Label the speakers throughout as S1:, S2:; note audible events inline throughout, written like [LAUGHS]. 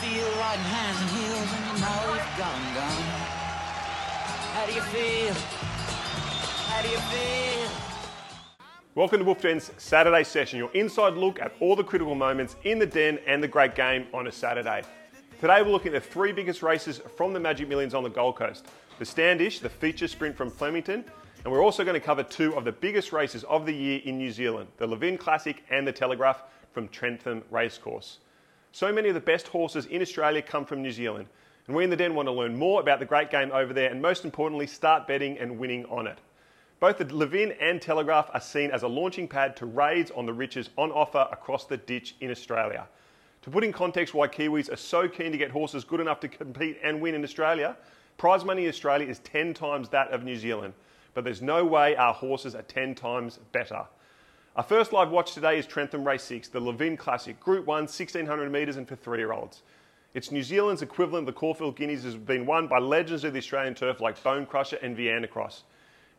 S1: feel right hands and heels and your mouth gone, gone? How do you feel? How do you feel?
S2: Welcome to Wolf Den's Saturday session, your inside look at all the critical moments in the den and the great game on a Saturday. Today we're looking at the three biggest races from the Magic Millions on the Gold Coast the Standish, the feature sprint from Flemington, and we're also going to cover two of the biggest races of the year in New Zealand the Levin Classic and the Telegraph from Trentham Racecourse. So many of the best horses in Australia come from New Zealand, and we in the den want to learn more about the great game over there and most importantly, start betting and winning on it. Both the Levin and Telegraph are seen as a launching pad to raids on the riches on offer across the ditch in Australia. To put in context why Kiwis are so keen to get horses good enough to compete and win in Australia, prize money in Australia is 10 times that of New Zealand, but there's no way our horses are 10 times better. Our first live watch today is Trentham Race 6, the Levin Classic, Group 1, 1600 metres, and for three year olds. It's New Zealand's equivalent of the Caulfield Guineas has been won by legends of the Australian turf like Bone Crusher and Vienna Cross.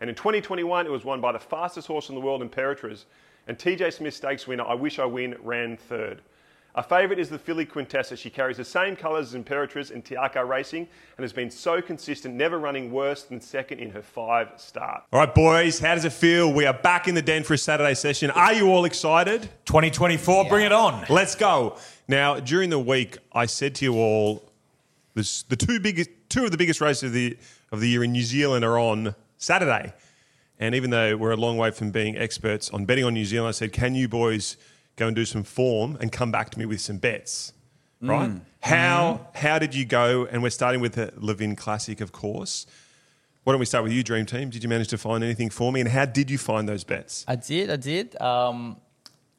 S2: And in 2021, it was won by the fastest horse in the world, Imperatriz. And TJ Smith's stakes winner, I Wish I Win, ran third. Our favourite is the filly Quintessa. She carries the same colours as Imperatriz in Tiaka Racing and has been so consistent, never running worse than second in her five start.
S3: All right, boys, how does it feel? We are back in the den for a Saturday session. Are you all excited?
S4: 2024, bring it on.
S3: Let's go. Now, during the week, I said to you all, this, the two biggest, two of the biggest races of the of the year in New Zealand are on Saturday. And even though we're a long way from being experts on betting on New Zealand, I said, can you boys go and do some form and come back to me with some bets? Right? How how did you go? And we're starting with the Levin Classic, of course. Why don't we start with you, Dream Team? Did you manage to find anything for me? And how did you find those bets?
S5: I did, I did. Um,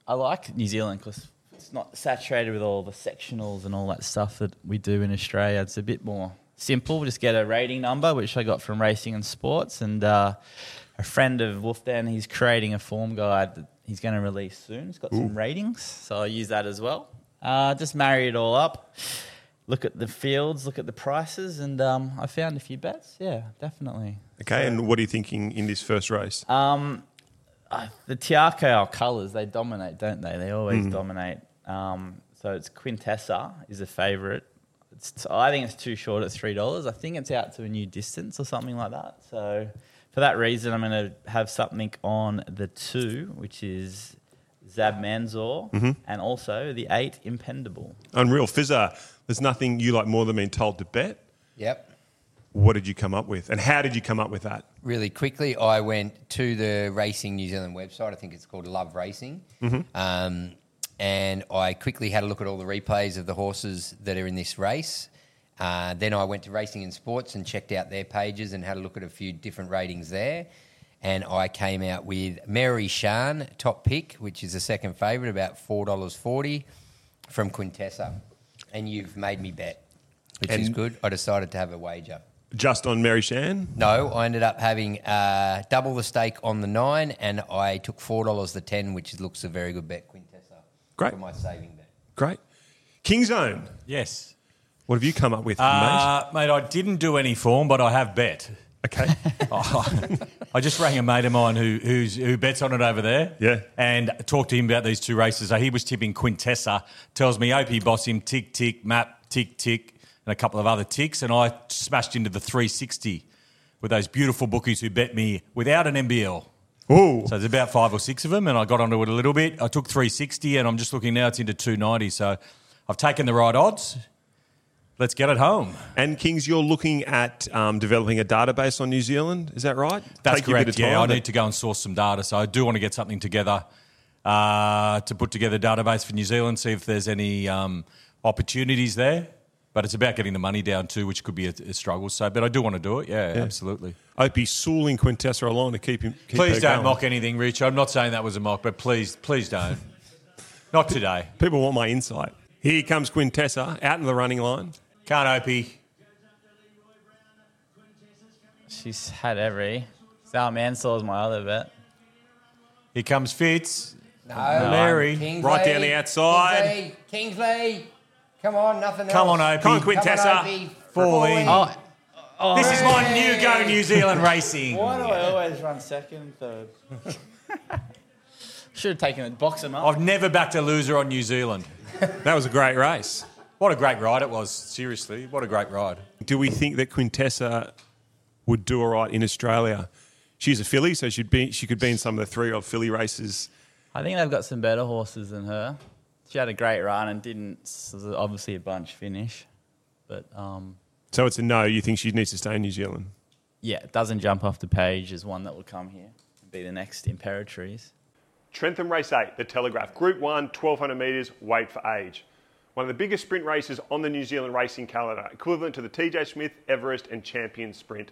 S5: I like New Zealand because it's not saturated with all the sectionals and all that stuff that we do in Australia. It's a bit more simple. We just get a rating number, which I got from Racing and Sports, and uh, a friend of Wolf Den, he's creating a form guide that he's going to release soon. It's got some ratings, so I'll use that as well. Uh, just marry it all up. Look at the fields, look at the prices, and um, I found a few bets. Yeah, definitely.
S3: Okay, and what are you thinking in this first race?
S5: Um, uh, the Tiako colours, they dominate, don't they? They always dominate. Um, so it's Quintessa is a favourite. It's t- I think it's too short at three dollars. I think it's out to a new distance or something like that. So for that reason, I'm going to have something on the two, which is Zab Manzor, and also the eight Impendable.
S3: Unreal Fizzer, there's nothing you like more than being told to bet.
S6: Yep.
S3: What did you come up with? And how did you come up with that?
S6: Really quickly, I went to the Racing New Zealand website. I think it's called Love Racing. Um, and I quickly had a look at all the replays of the horses that are in this race. Uh, then I went to Racing and Sports and checked out their pages and had a look at a few different ratings there. And I came out with Mary Shan, top pick, which is the second favourite, about $4.40 from Quintessa. And you've made me bet, which is
S3: And-
S6: good. I decided to have a wager.
S3: Just on Mary Shan?
S6: No, I ended up having uh, double the stake on the nine, and I took four dollars the ten, which looks a very good bet, Quintessa.
S3: Great.
S6: for my saving bet.
S3: Great. King's Own,
S4: Yes.
S3: what have you come up with,
S4: Uh, mate, I didn't do any form, but I have bet.
S3: mate? Okay. [LAUGHS]
S4: Oh, [LAUGHS] I just rang a mate of mine who who's, who bets on it over there.
S3: Yeah.
S4: And talked to him about these two races. So he was tipping Quintessa. Tells me OP boss him tick tick map tick tick and a couple of other ticks, and I smashed into the 360 with those beautiful bookies who bet me without an MBL.
S3: Ooh.
S4: So there's about five or six of them, and I got onto it a little bit. I took 360, and I'm just looking now. It's into 290, so I've taken the right odds. Let's get it home.
S3: And Kings, you're looking at um, developing a database on New Zealand. Is that right?
S4: That's
S3: Take you a
S4: correct.
S3: bit of
S4: yeah,
S3: time,
S4: I
S3: but-
S4: need to go and source some data, so I do want to get something together uh, to put together a database for New Zealand. See if there's any um, opportunities there. But it's about getting the money down too, which could be a, a struggle. So, but I do want to do it. Yeah, absolutely.
S3: I'd be sooling Quintessa along to keep him. Keep
S4: Please
S3: her
S4: don't
S3: going.
S4: mock anything, Rich. I'm not saying that was a mock, but please, please don't. not today.
S3: People want my insight. Here comes Quintessa out in the running line.
S4: Can't opie.
S5: She's had every. Sal Mansor's my other bet.
S4: Here comes Fitz.
S6: No,
S4: Mary.
S6: Kingsley,
S3: Right down the outside.
S6: Kingsley, Kingsley, come on, nothing.
S4: Come
S6: else.
S4: on, Opie.
S3: Come on, Quintessa.
S6: Opie.
S4: Falling.
S5: Oh,
S4: This is my new go New Zealand racing.
S5: Why do I always run second, [LAUGHS] third? Should have taken the box him up.
S4: I've never backed a loser on New Zealand.
S3: That was a great race.
S4: What a great ride it was. Seriously, what a great ride.
S3: Do we think that Quintessa would do all right in Australia? She's a filly, so she'd be she could be in some of the three old filly races.
S5: I think they've got some better horses than her. She had a great run and didn't s- obviously a bunch finish, but um,
S3: So it's a no. You think she needs to stay in New Zealand?
S5: yeah, doesn't jump off the page is one that will come here and be the next Imperatrice.
S2: Trentham Race 8, The Telegraph, Group 1, 1200 metres, weight for age. One of the biggest sprint races on the New Zealand racing calendar, equivalent to the TJ Smith, Everest, and Champion Sprint.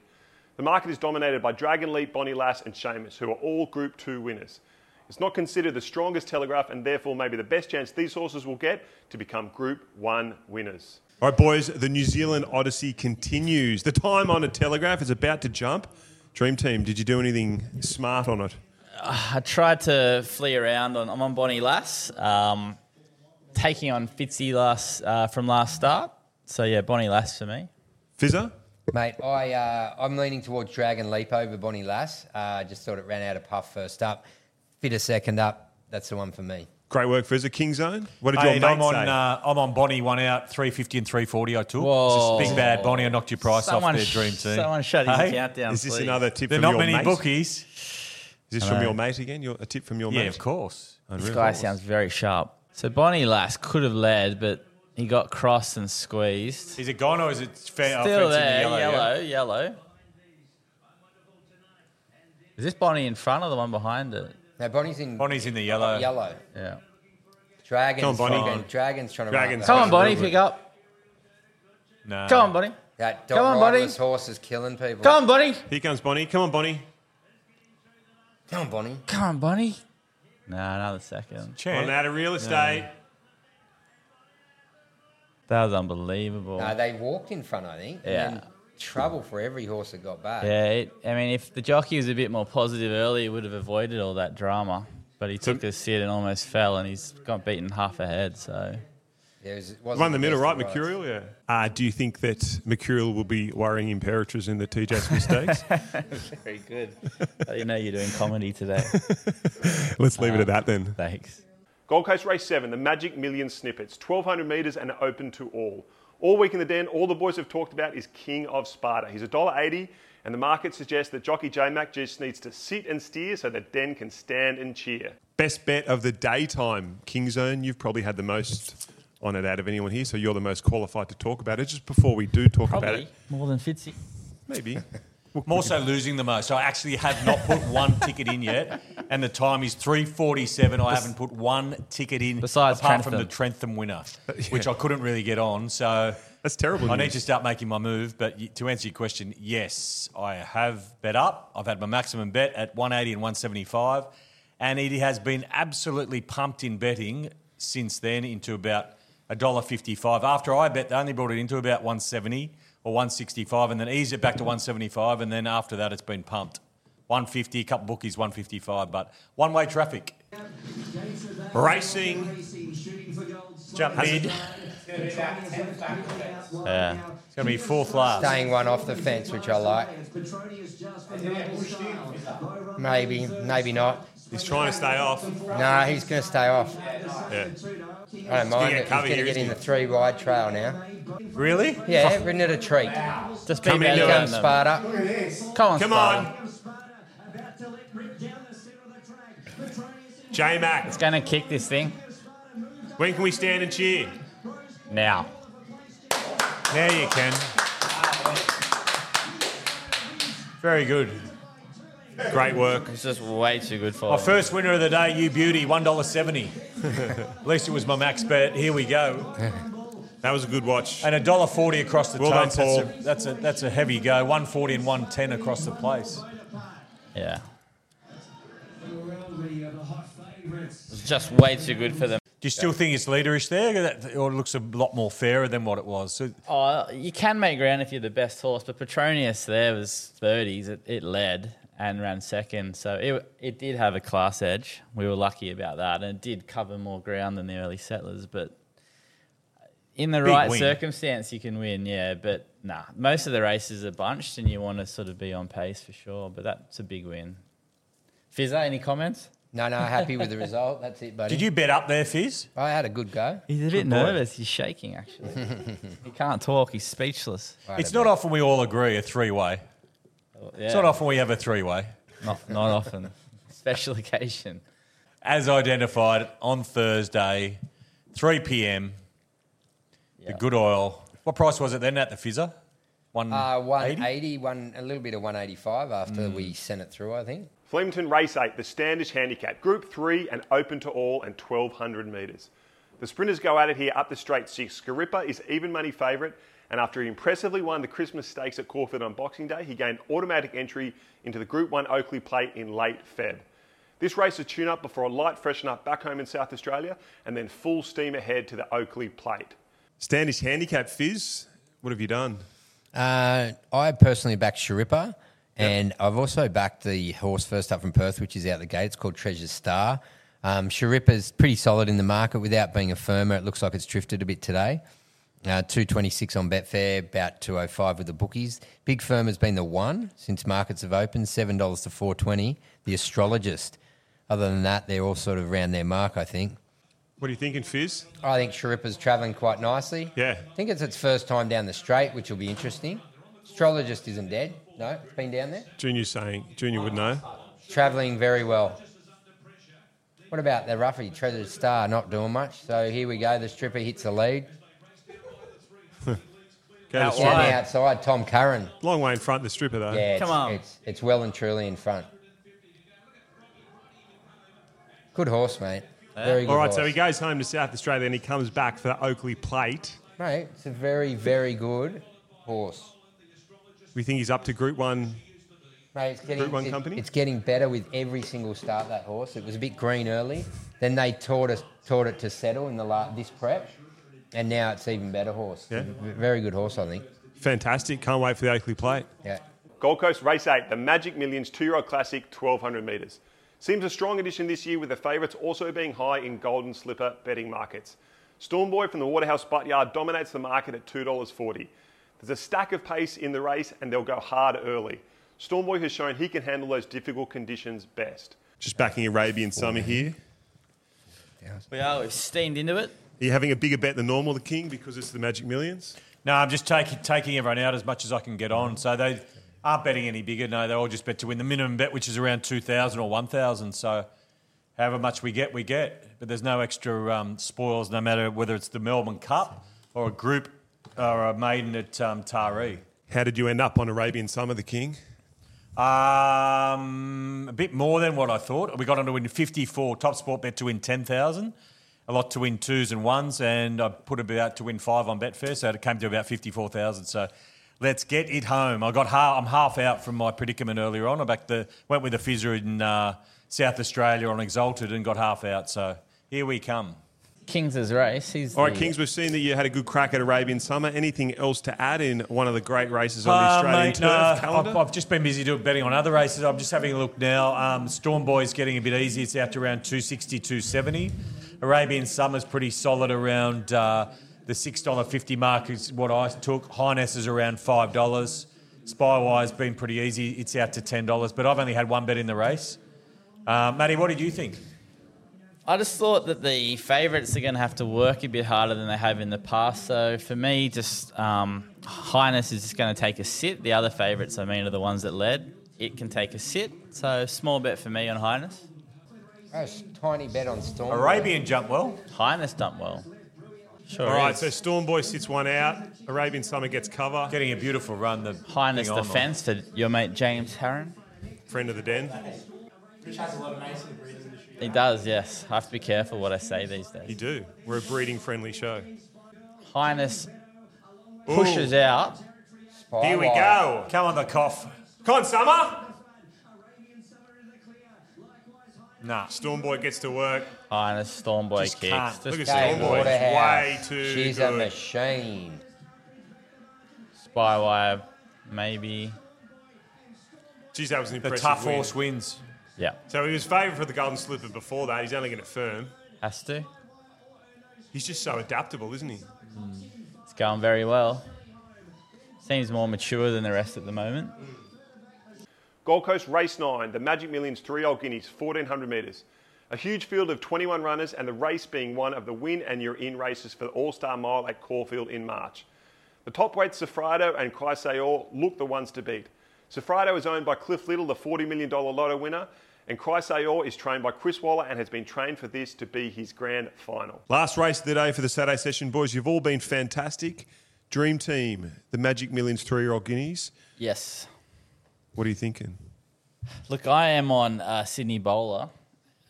S2: The market is dominated by Dragon Leap, Bonnie Lass, and Seamus, who are all Group 2 winners. It's not considered the strongest Telegraph and therefore maybe the best chance these horses will get to become Group 1 winners.
S3: All right, boys, the New Zealand Odyssey continues. The time on a telegraph is about to jump. Dream Team, did you do anything smart on it?
S5: I tried to flee around on. I'm on Bonnie Lass, um, taking on Fitzy last uh, from last start. So yeah, Bonnie Lass for me.
S3: Fizzer?
S6: Mate, I, uh, I'm leaning towards Dragon Leap over Bonnie Lass. I uh, just thought it ran out of puff first up. Fit a second up. That's the one for me.
S3: Great work, Fizzer. King Zone? What did your
S4: Hey, and
S3: mate
S4: I'm on
S3: say?
S4: uh, I'm on Bonnie one out, three fifty and three forty. I took
S5: Whoa.
S4: It's a big bad Bonnie. I knocked your price
S5: Someone
S4: off their
S5: sh-
S4: dream team.
S5: Someone shut his
S4: Hey?
S5: account down.
S3: is this
S5: please.
S3: another tip
S4: There are
S3: from
S4: not
S3: your
S4: many
S3: mate?
S4: bookies.
S3: Is this from your mate again? Your, a tip from your
S4: Yeah,
S3: mate?
S4: of course.
S5: This guy sounds very sharp. So Bonnie Lass could have led, but he got crossed and squeezed.
S4: Is it gone or is it fair?
S5: Still there,
S4: yellow?
S5: yellow,
S4: yeah?
S5: yellow, Is this Bonnie in front or the one behind it?
S6: Now, Bonnie's in
S4: Bonnie's in the yellow.
S6: yellow.
S5: Yeah.
S6: Dragon's,
S3: Come on, Bonnie.
S6: fucking- Dragon's trying to run.
S3: Dragon's-
S5: Come
S6: up
S5: on,
S6: the-
S5: Bonnie, pick up.
S4: No.
S5: Come on, Bonnie.
S6: That
S5: Come on, Bonnie.
S6: riderless horse is killing people.
S5: Come on, Bonnie.
S3: Here comes Bonnie. Come on, Bonnie.
S6: Come on, Bonnie. Uh,
S5: Come on, Bonnie. No, another second.
S3: On
S4: Chan.
S3: out of real estate.
S5: That was unbelievable.
S6: No, they walked in front, I think.
S5: Yeah.
S6: And then trouble for every horse that got back.
S5: yeah, it, I mean, if the jockey was a bit more positive early, he would have avoided all that drama. But he took the sit and almost fell, and he's got beaten half ahead. So
S6: There was, wasn't
S3: Run the middle,
S6: best
S3: right?
S6: of rides.
S3: Mercurial, yeah. Uh, do you think that Mercurial will be worrying Imperatrix in the TJ's mistakes? [LAUGHS]
S5: very good. [LAUGHS] I didn't know you're doing comedy [LAUGHS] today.
S3: Let's leave it at that then.
S5: Thanks.
S2: Gold Coast Race 7, the Magic Million Snippets, 1200 metres and open to all. All week in the den, all the boys have talked about is King of Sparta. He's $1.80, and the market suggests that jockey J Mac just needs to sit and steer so that Den can stand and cheer.
S3: Best bet of the daytime, King Zone. You've probably had the most on it out of anyone here, so you're the most qualified to talk about it. Just before we do talk about
S5: Probably
S3: it,
S5: more than Fitzy.
S3: maybe.
S4: I'm also losing the most. I actually have not
S5: [LAUGHS]
S4: put one ticket in yet, and the time is three forty-seven. I haven't put one ticket in
S5: Besides
S4: apart from the
S5: Trentham.
S4: Trentham winner,
S5: [LAUGHS]
S4: which I couldn't really get on. So
S3: That's terrible.
S4: I
S3: news.
S4: need to start making my move, but y- to answer your question, yes, I have bet up. I've had my maximum bet at 180 and 175, and it has been absolutely pumped in betting since then into about $1.55. After I bet, they only brought it into about 170 or 165, and then ease it back to 175, and then after that, it's been pumped. 150, a couple bookies, 155, but one way traffic.
S3: Racing.
S4: Jump mid. It's
S5: Yeah.
S4: going to be fourth last.
S6: Staying one off the fence, which I like. Maybe, maybe not.
S3: He's trying to stay off.
S6: No, he's going to stay off.
S3: Yeah.
S6: I don't mind
S3: get
S6: it. He's
S3: cover
S6: going to
S3: here,
S6: get in
S3: isn't
S6: the three wide trail now.
S4: Really?
S6: Yeah, ridden at a treat.
S5: Just be
S3: Come
S5: better
S3: into
S5: than
S6: Come
S5: them.
S6: Sparta.
S5: Come on,
S3: Come
S5: Sparta.
S3: on, J Mac.
S5: It's going to kick this thing
S3: When can we stand and cheer?
S5: now.
S4: Now you can. Very good.
S3: Great work.
S5: It's just way too good for
S4: Our
S5: them.
S4: first winner of the day, you beauty, $1.70. At least it was my max bet. Here we go.
S3: That was a good watch.
S4: And $1.40 across the
S3: Well done,
S4: totes. That's, a, that's, a, that's a heavy go. 140 and 110 across the place.
S5: Yeah. It's just way too good for them.
S4: Do you still think it's leaderish there? That, or it looks a lot more fairer than what it was. So
S5: Oh, you can make ground if you're the best horse, but Petronius there was 30s. It, it led and ran second, so it it did have a class edge. We were lucky about that, and it did cover more ground than the early settlers. But in the
S4: Big
S5: right
S4: win.
S5: circumstance, you can win. Yeah, but nah, most of the races are bunched, and you want to sort of be on pace for sure. But that's a big win. Fizza, any comments?
S6: No, no, happy with the result. That's it, buddy.
S4: Did you bet up there, Fizz?
S6: I had a good go.
S5: He's a bit nervous. He's shaking,
S4: [LAUGHS]
S5: actually. he can't talk. He's speechless.
S6: Right
S4: It's
S6: about-
S4: not often we all agree a three way.
S5: Yeah.
S4: It's not often we have a three way.
S5: Not, not often. [LAUGHS] Special occasion.
S4: As identified on Thursday, 3 p.m., the
S5: Yeah.
S4: good oil. What price was it then at the Fizzer? One
S6: Uh,
S4: eighty?
S6: 180, one, a little bit of 185 after we sent it through, I think.
S2: Flemington Race 8, the Standish Handicap, Group 3 and open to all and 1200 metres. The sprinters go at it here up the straight six. Scarippa is even money favourite, and after he impressively won the Christmas stakes at Corford on Boxing Day, he gained automatic entry into the Group 1 Oakley Plate in late Feb. This race is tune up before a light freshen up back home in South Australia, and then full steam ahead to the Oakley Plate.
S3: Standish handicap fizz. What have you done?
S6: Uh, I personally backed Sharippa, and I've also backed the horse first up from Perth, which is out the gate. It's called Treasure Star. Um, Sharippa's pretty solid in the market without being a firmer. It looks like it's drifted a bit today. Uh, 226 on Betfair, about 205 with the bookies. Big firm has been the one since markets have opened, $7 to 420 The astrologist. Other than that, they're all sort of around their mark, I think.
S3: What are you thinking, Fizz?
S6: I think Sharippa's travelling quite nicely.
S3: Yeah.
S6: I think it's its first time down the straight, which will be interesting. Astrologist isn't dead. No, it's been down there.
S3: Junior's saying. Junior would know.
S6: Travelling very well. What about the roughy treasured star not doing much? So here we go. The stripper hits the lead.
S3: Go to
S4: Out
S3: the
S6: Down
S4: wide.
S3: stripper.
S6: the outside, Tom Curran.
S3: Long way in front, the stripper, though.
S6: Yeah, it's,
S5: Come on.
S6: It's, it's well and truly in front. Good horse, mate. Very good
S3: All right,
S6: horse.
S3: so he goes home to South Australia, then he comes back for the Oakley plate.
S6: Mate, it's a very, very good horse.
S3: We think he's up to Group One.
S6: Mate, it's getting,
S3: Group One
S6: it-
S3: company?
S6: it's getting better with every single start that horse. It was a bit green early, then they taught us taught it to settle in the la- this prep, and now it's even better horse.
S3: Yeah.
S6: V- very good horse, I think.
S3: Fantastic. Can't wait for the Oakley plate.
S6: Yeah,
S2: Gold Coast Race 8, the Magic Millions two-year-old classic, 1200 metres. Seems a strong addition this year with the favourites also being high in golden slipper betting markets. Stormboy from the Waterhouse Butt Yard dominates the market at $2.40. There's a stack of pace in the race and they'll go hard early. Stormboy has shown he can handle those difficult conditions best.
S3: Just backing Arabian Summer here.
S5: We are. We've steamed into it.
S3: Are you having a bigger bet than normal, the King, because it's the Magic Millions?
S4: No, I'm just taking taking everyone out as much as I can get on. So they aren't betting any bigger. No, they all just bet to win the minimum bet, which is around two thousand or one thousand. So however much we get, we get. But there's no extra um, spoils, no matter whether it's the Melbourne Cup or a group or a maiden at um, Taree.
S3: How did you end up on Arabian Summer, the King?
S4: Um, a bit more than what I thought. We got on to win 54. Top sport bet to win 10,000. A lot to win twos and ones. And I put about to win five on Betfair. So it came to about 54,000. So let's get it home. I got half, I'm half out from my predicament earlier on. I back the, went with a fizzer in uh, South Australia on Exalted and got half out. So here we come.
S5: King's his race. He's
S3: All right,
S5: the-
S3: Kings, we've seen that you had a good crack at Arabian Summer. Anything else to add in one of the great races on the
S4: Uh,
S3: Australian
S4: mate,
S3: turf
S4: no,
S3: calendar?
S4: I've, I've just been busy doing betting on other races. I'm just having a look now. Um, Storm Boy's getting a bit easy. It's out to around 260, 270. Arabian Summer's pretty solid around uh, the $6.50 mark is what I took. Highness is around $5. Spywire's been pretty easy. It's out to $10, but I've only had one bet in the race. Uh, Matty, what did you think?
S5: I just thought that the favourites are going to have to work a bit harder than they have in the past. So for me, just um, Highness is just going to take a sit. The other favourites, I mean, are the ones that led. It can take a sit. So small bet for me on Highness.
S6: Oh, it's a tiny bet on Storm.
S4: Arabian jumped well.
S5: Highness done well. Sure.
S3: All right,
S5: is.
S3: so Storm Boy sits one out. Arabian Summer gets cover.
S4: Getting a beautiful run. The
S5: Highness
S4: thing on.
S5: defence for your mate James Harron.
S3: Friend of the den.
S5: He does, yes. I have to be careful what I say these
S3: You
S5: days.
S3: do. We're a breeding friendly show.
S5: Highness pushes out.
S6: Spywire.
S3: Here we go.
S4: Come on, the cough.
S3: Con Summer.
S4: Nah.
S3: Storm Boy gets to work.
S5: Highness Stormboy
S4: Just
S5: kicks.
S4: can't.
S5: Just
S3: Look at
S6: Kate
S3: Stormboy. Way
S6: Waterhouse.
S3: too
S6: She's a
S3: good.
S6: machine.
S5: Spywire, maybe.
S3: Geez, that was an
S4: The
S3: impressive
S4: tough
S3: win.
S4: horse wins.
S5: Yeah,
S3: So he was favoured for the Golden Slipper before that. He's only going to firm.
S5: has to.
S3: He's just so adaptable, isn't he?
S5: It's going very well. Seems more mature than the rest at the moment.
S2: Gold Coast Race 9, the Magic Millions three-year-old guineas, 1400 metres. A huge field of 21 runners, and the race being one of the win and you're in races for the All Star Mile at Caulfield in March. The top weights, Sofrado and Chrysayol, look the ones to beat. Sofrado is owned by Cliff Little, the $40 million lotto winner, and Chrysayol is trained by Chris Waller and has been trained for this to be his grand final.
S3: Last race of the day for the Saturday session, boys. You've all been fantastic. Dream team, the Magic Millions three-year-old guineas.
S5: Yes.
S3: What are you thinking?
S5: Look, I am on uh, Sydney Bowler,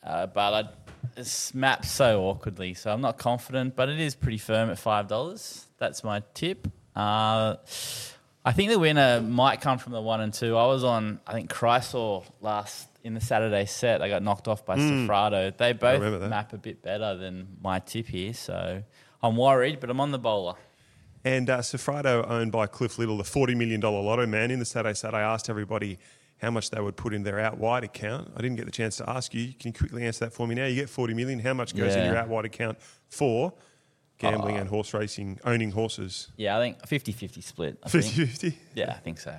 S5: uh, but I, it's mapped so awkwardly, so I'm not confident. But it is pretty firm at five dollars. That's my tip. Uh, I think the winner might come from the one and two. I was on, I think Chrysor last in the Saturday set. I got knocked off by Sofrado. They
S3: Hmm. remember
S5: both
S3: that.
S5: map a bit better than my tip here, so I'm worried, but I'm on the bowler.
S3: And uh, Sofrado, owned by Cliff Little, the $40 million lotto man, in the Saturday Saturday, I asked everybody how much they would put in their out wide account. I didn't get the chance to ask you. Can you quickly answer that for me now? You get 40 million. How much goes in
S5: Yeah.
S3: your out wide account for gambling and horse racing, owning horses?
S5: Yeah, I think 50-50 split. I
S3: [LAUGHS]
S5: think.
S3: 50 50.
S5: Yeah, I think so.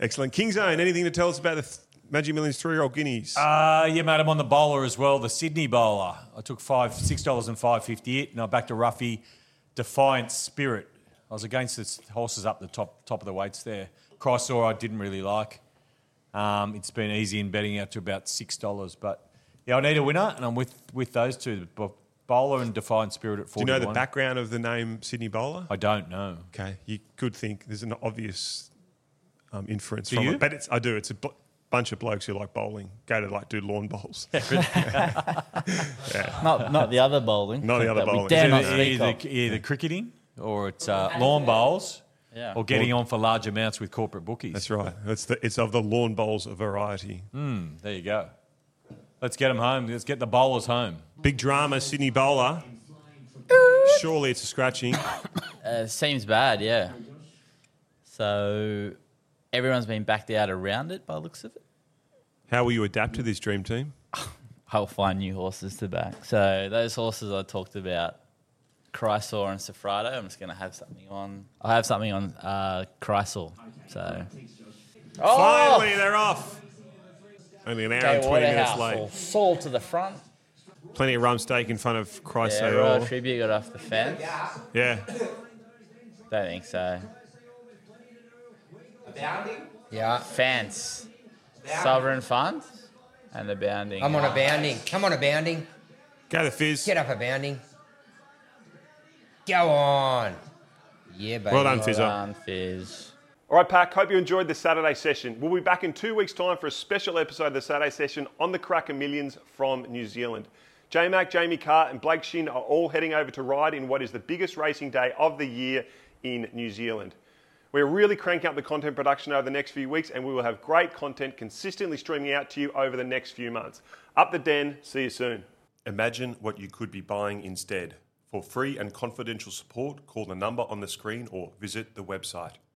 S3: Excellent. King's Own, anything to tell us about the th- Magic Millions three year old guineas?
S4: Uh, yeah, mate, I'm on the bowler as well, the Sydney bowler. I took five, six dollars and five fifty it, and I backed a roughy Defiant Spirit. I was against the horses up the top top of the weights there. Chrysor I didn't really like. Um, it's been easy in betting out to about six dollars, but yeah, I need a winner, and I'm with with those two, Bo- bowler and Defiant Spirit at
S3: Do
S4: forty.
S3: you know the background of the name Sydney Bowler?
S4: I don't know.
S3: Okay, you could think there's an obvious um, inference
S4: Do
S3: from
S4: you?
S3: it, but it's, I do. It's a bl- bunch of blokes who like bowling, go to like do lawn bowls.
S5: Not not the other bowling.
S3: Not the other
S5: that
S3: bowling.
S5: We dare
S3: Is it
S5: not
S4: either,
S5: speak of.
S4: either, either cricketing or it's uh, lawn bowls
S5: Yeah.
S4: or getting on for large amounts with corporate bookies.
S3: That's right. It's the, it's of the lawn bowls variety.
S4: There you go. Let's get them home. Let's get the bowlers home.
S3: Big drama, Sydney bowler. Surely it's a scratching.
S5: Uh, seems bad, yeah. So everyone's been backed out around it by the looks of it.
S3: How will you adapt to this dream team?
S5: I'll find new horses to back. So those horses I talked about, Chrysor and Sofrado, I'm just going to have something on. I have something on uh, Chrysor. So Oh!
S3: Finally, they're off. Only an hour and 20 minutes late.
S5: Saul to the front.
S3: Plenty of rum steak in front of Christ
S5: Yeah, Royal Tribute got off the fence.
S3: Yeah.
S5: Don't think so.
S6: Yeah.
S5: Fence, Sovereign Fund, and the bounding.
S6: I'm on a bounding. Come on a bounding.
S3: Go the fizz.
S6: Get up a bounding. Go on. Yeah, baby.
S3: Well done, Fizzer.
S5: Done, Fizz.
S2: All right, Pack, hope you enjoyed the Saturday session. We'll be back in two weeks' time for a special episode of the Saturday session on the Cracker Millions from New Zealand. J Mac, Jamie Carr, and Blake Shin are all heading over to ride in what is the biggest racing day of the year in New Zealand. We're really cranking up the content production over the next few weeks, and we will have great content consistently streaming out to you over the next few months. Up the den, see you soon.
S3: Imagine what you could be buying instead. For free and confidential support, call the number on the screen or visit the website.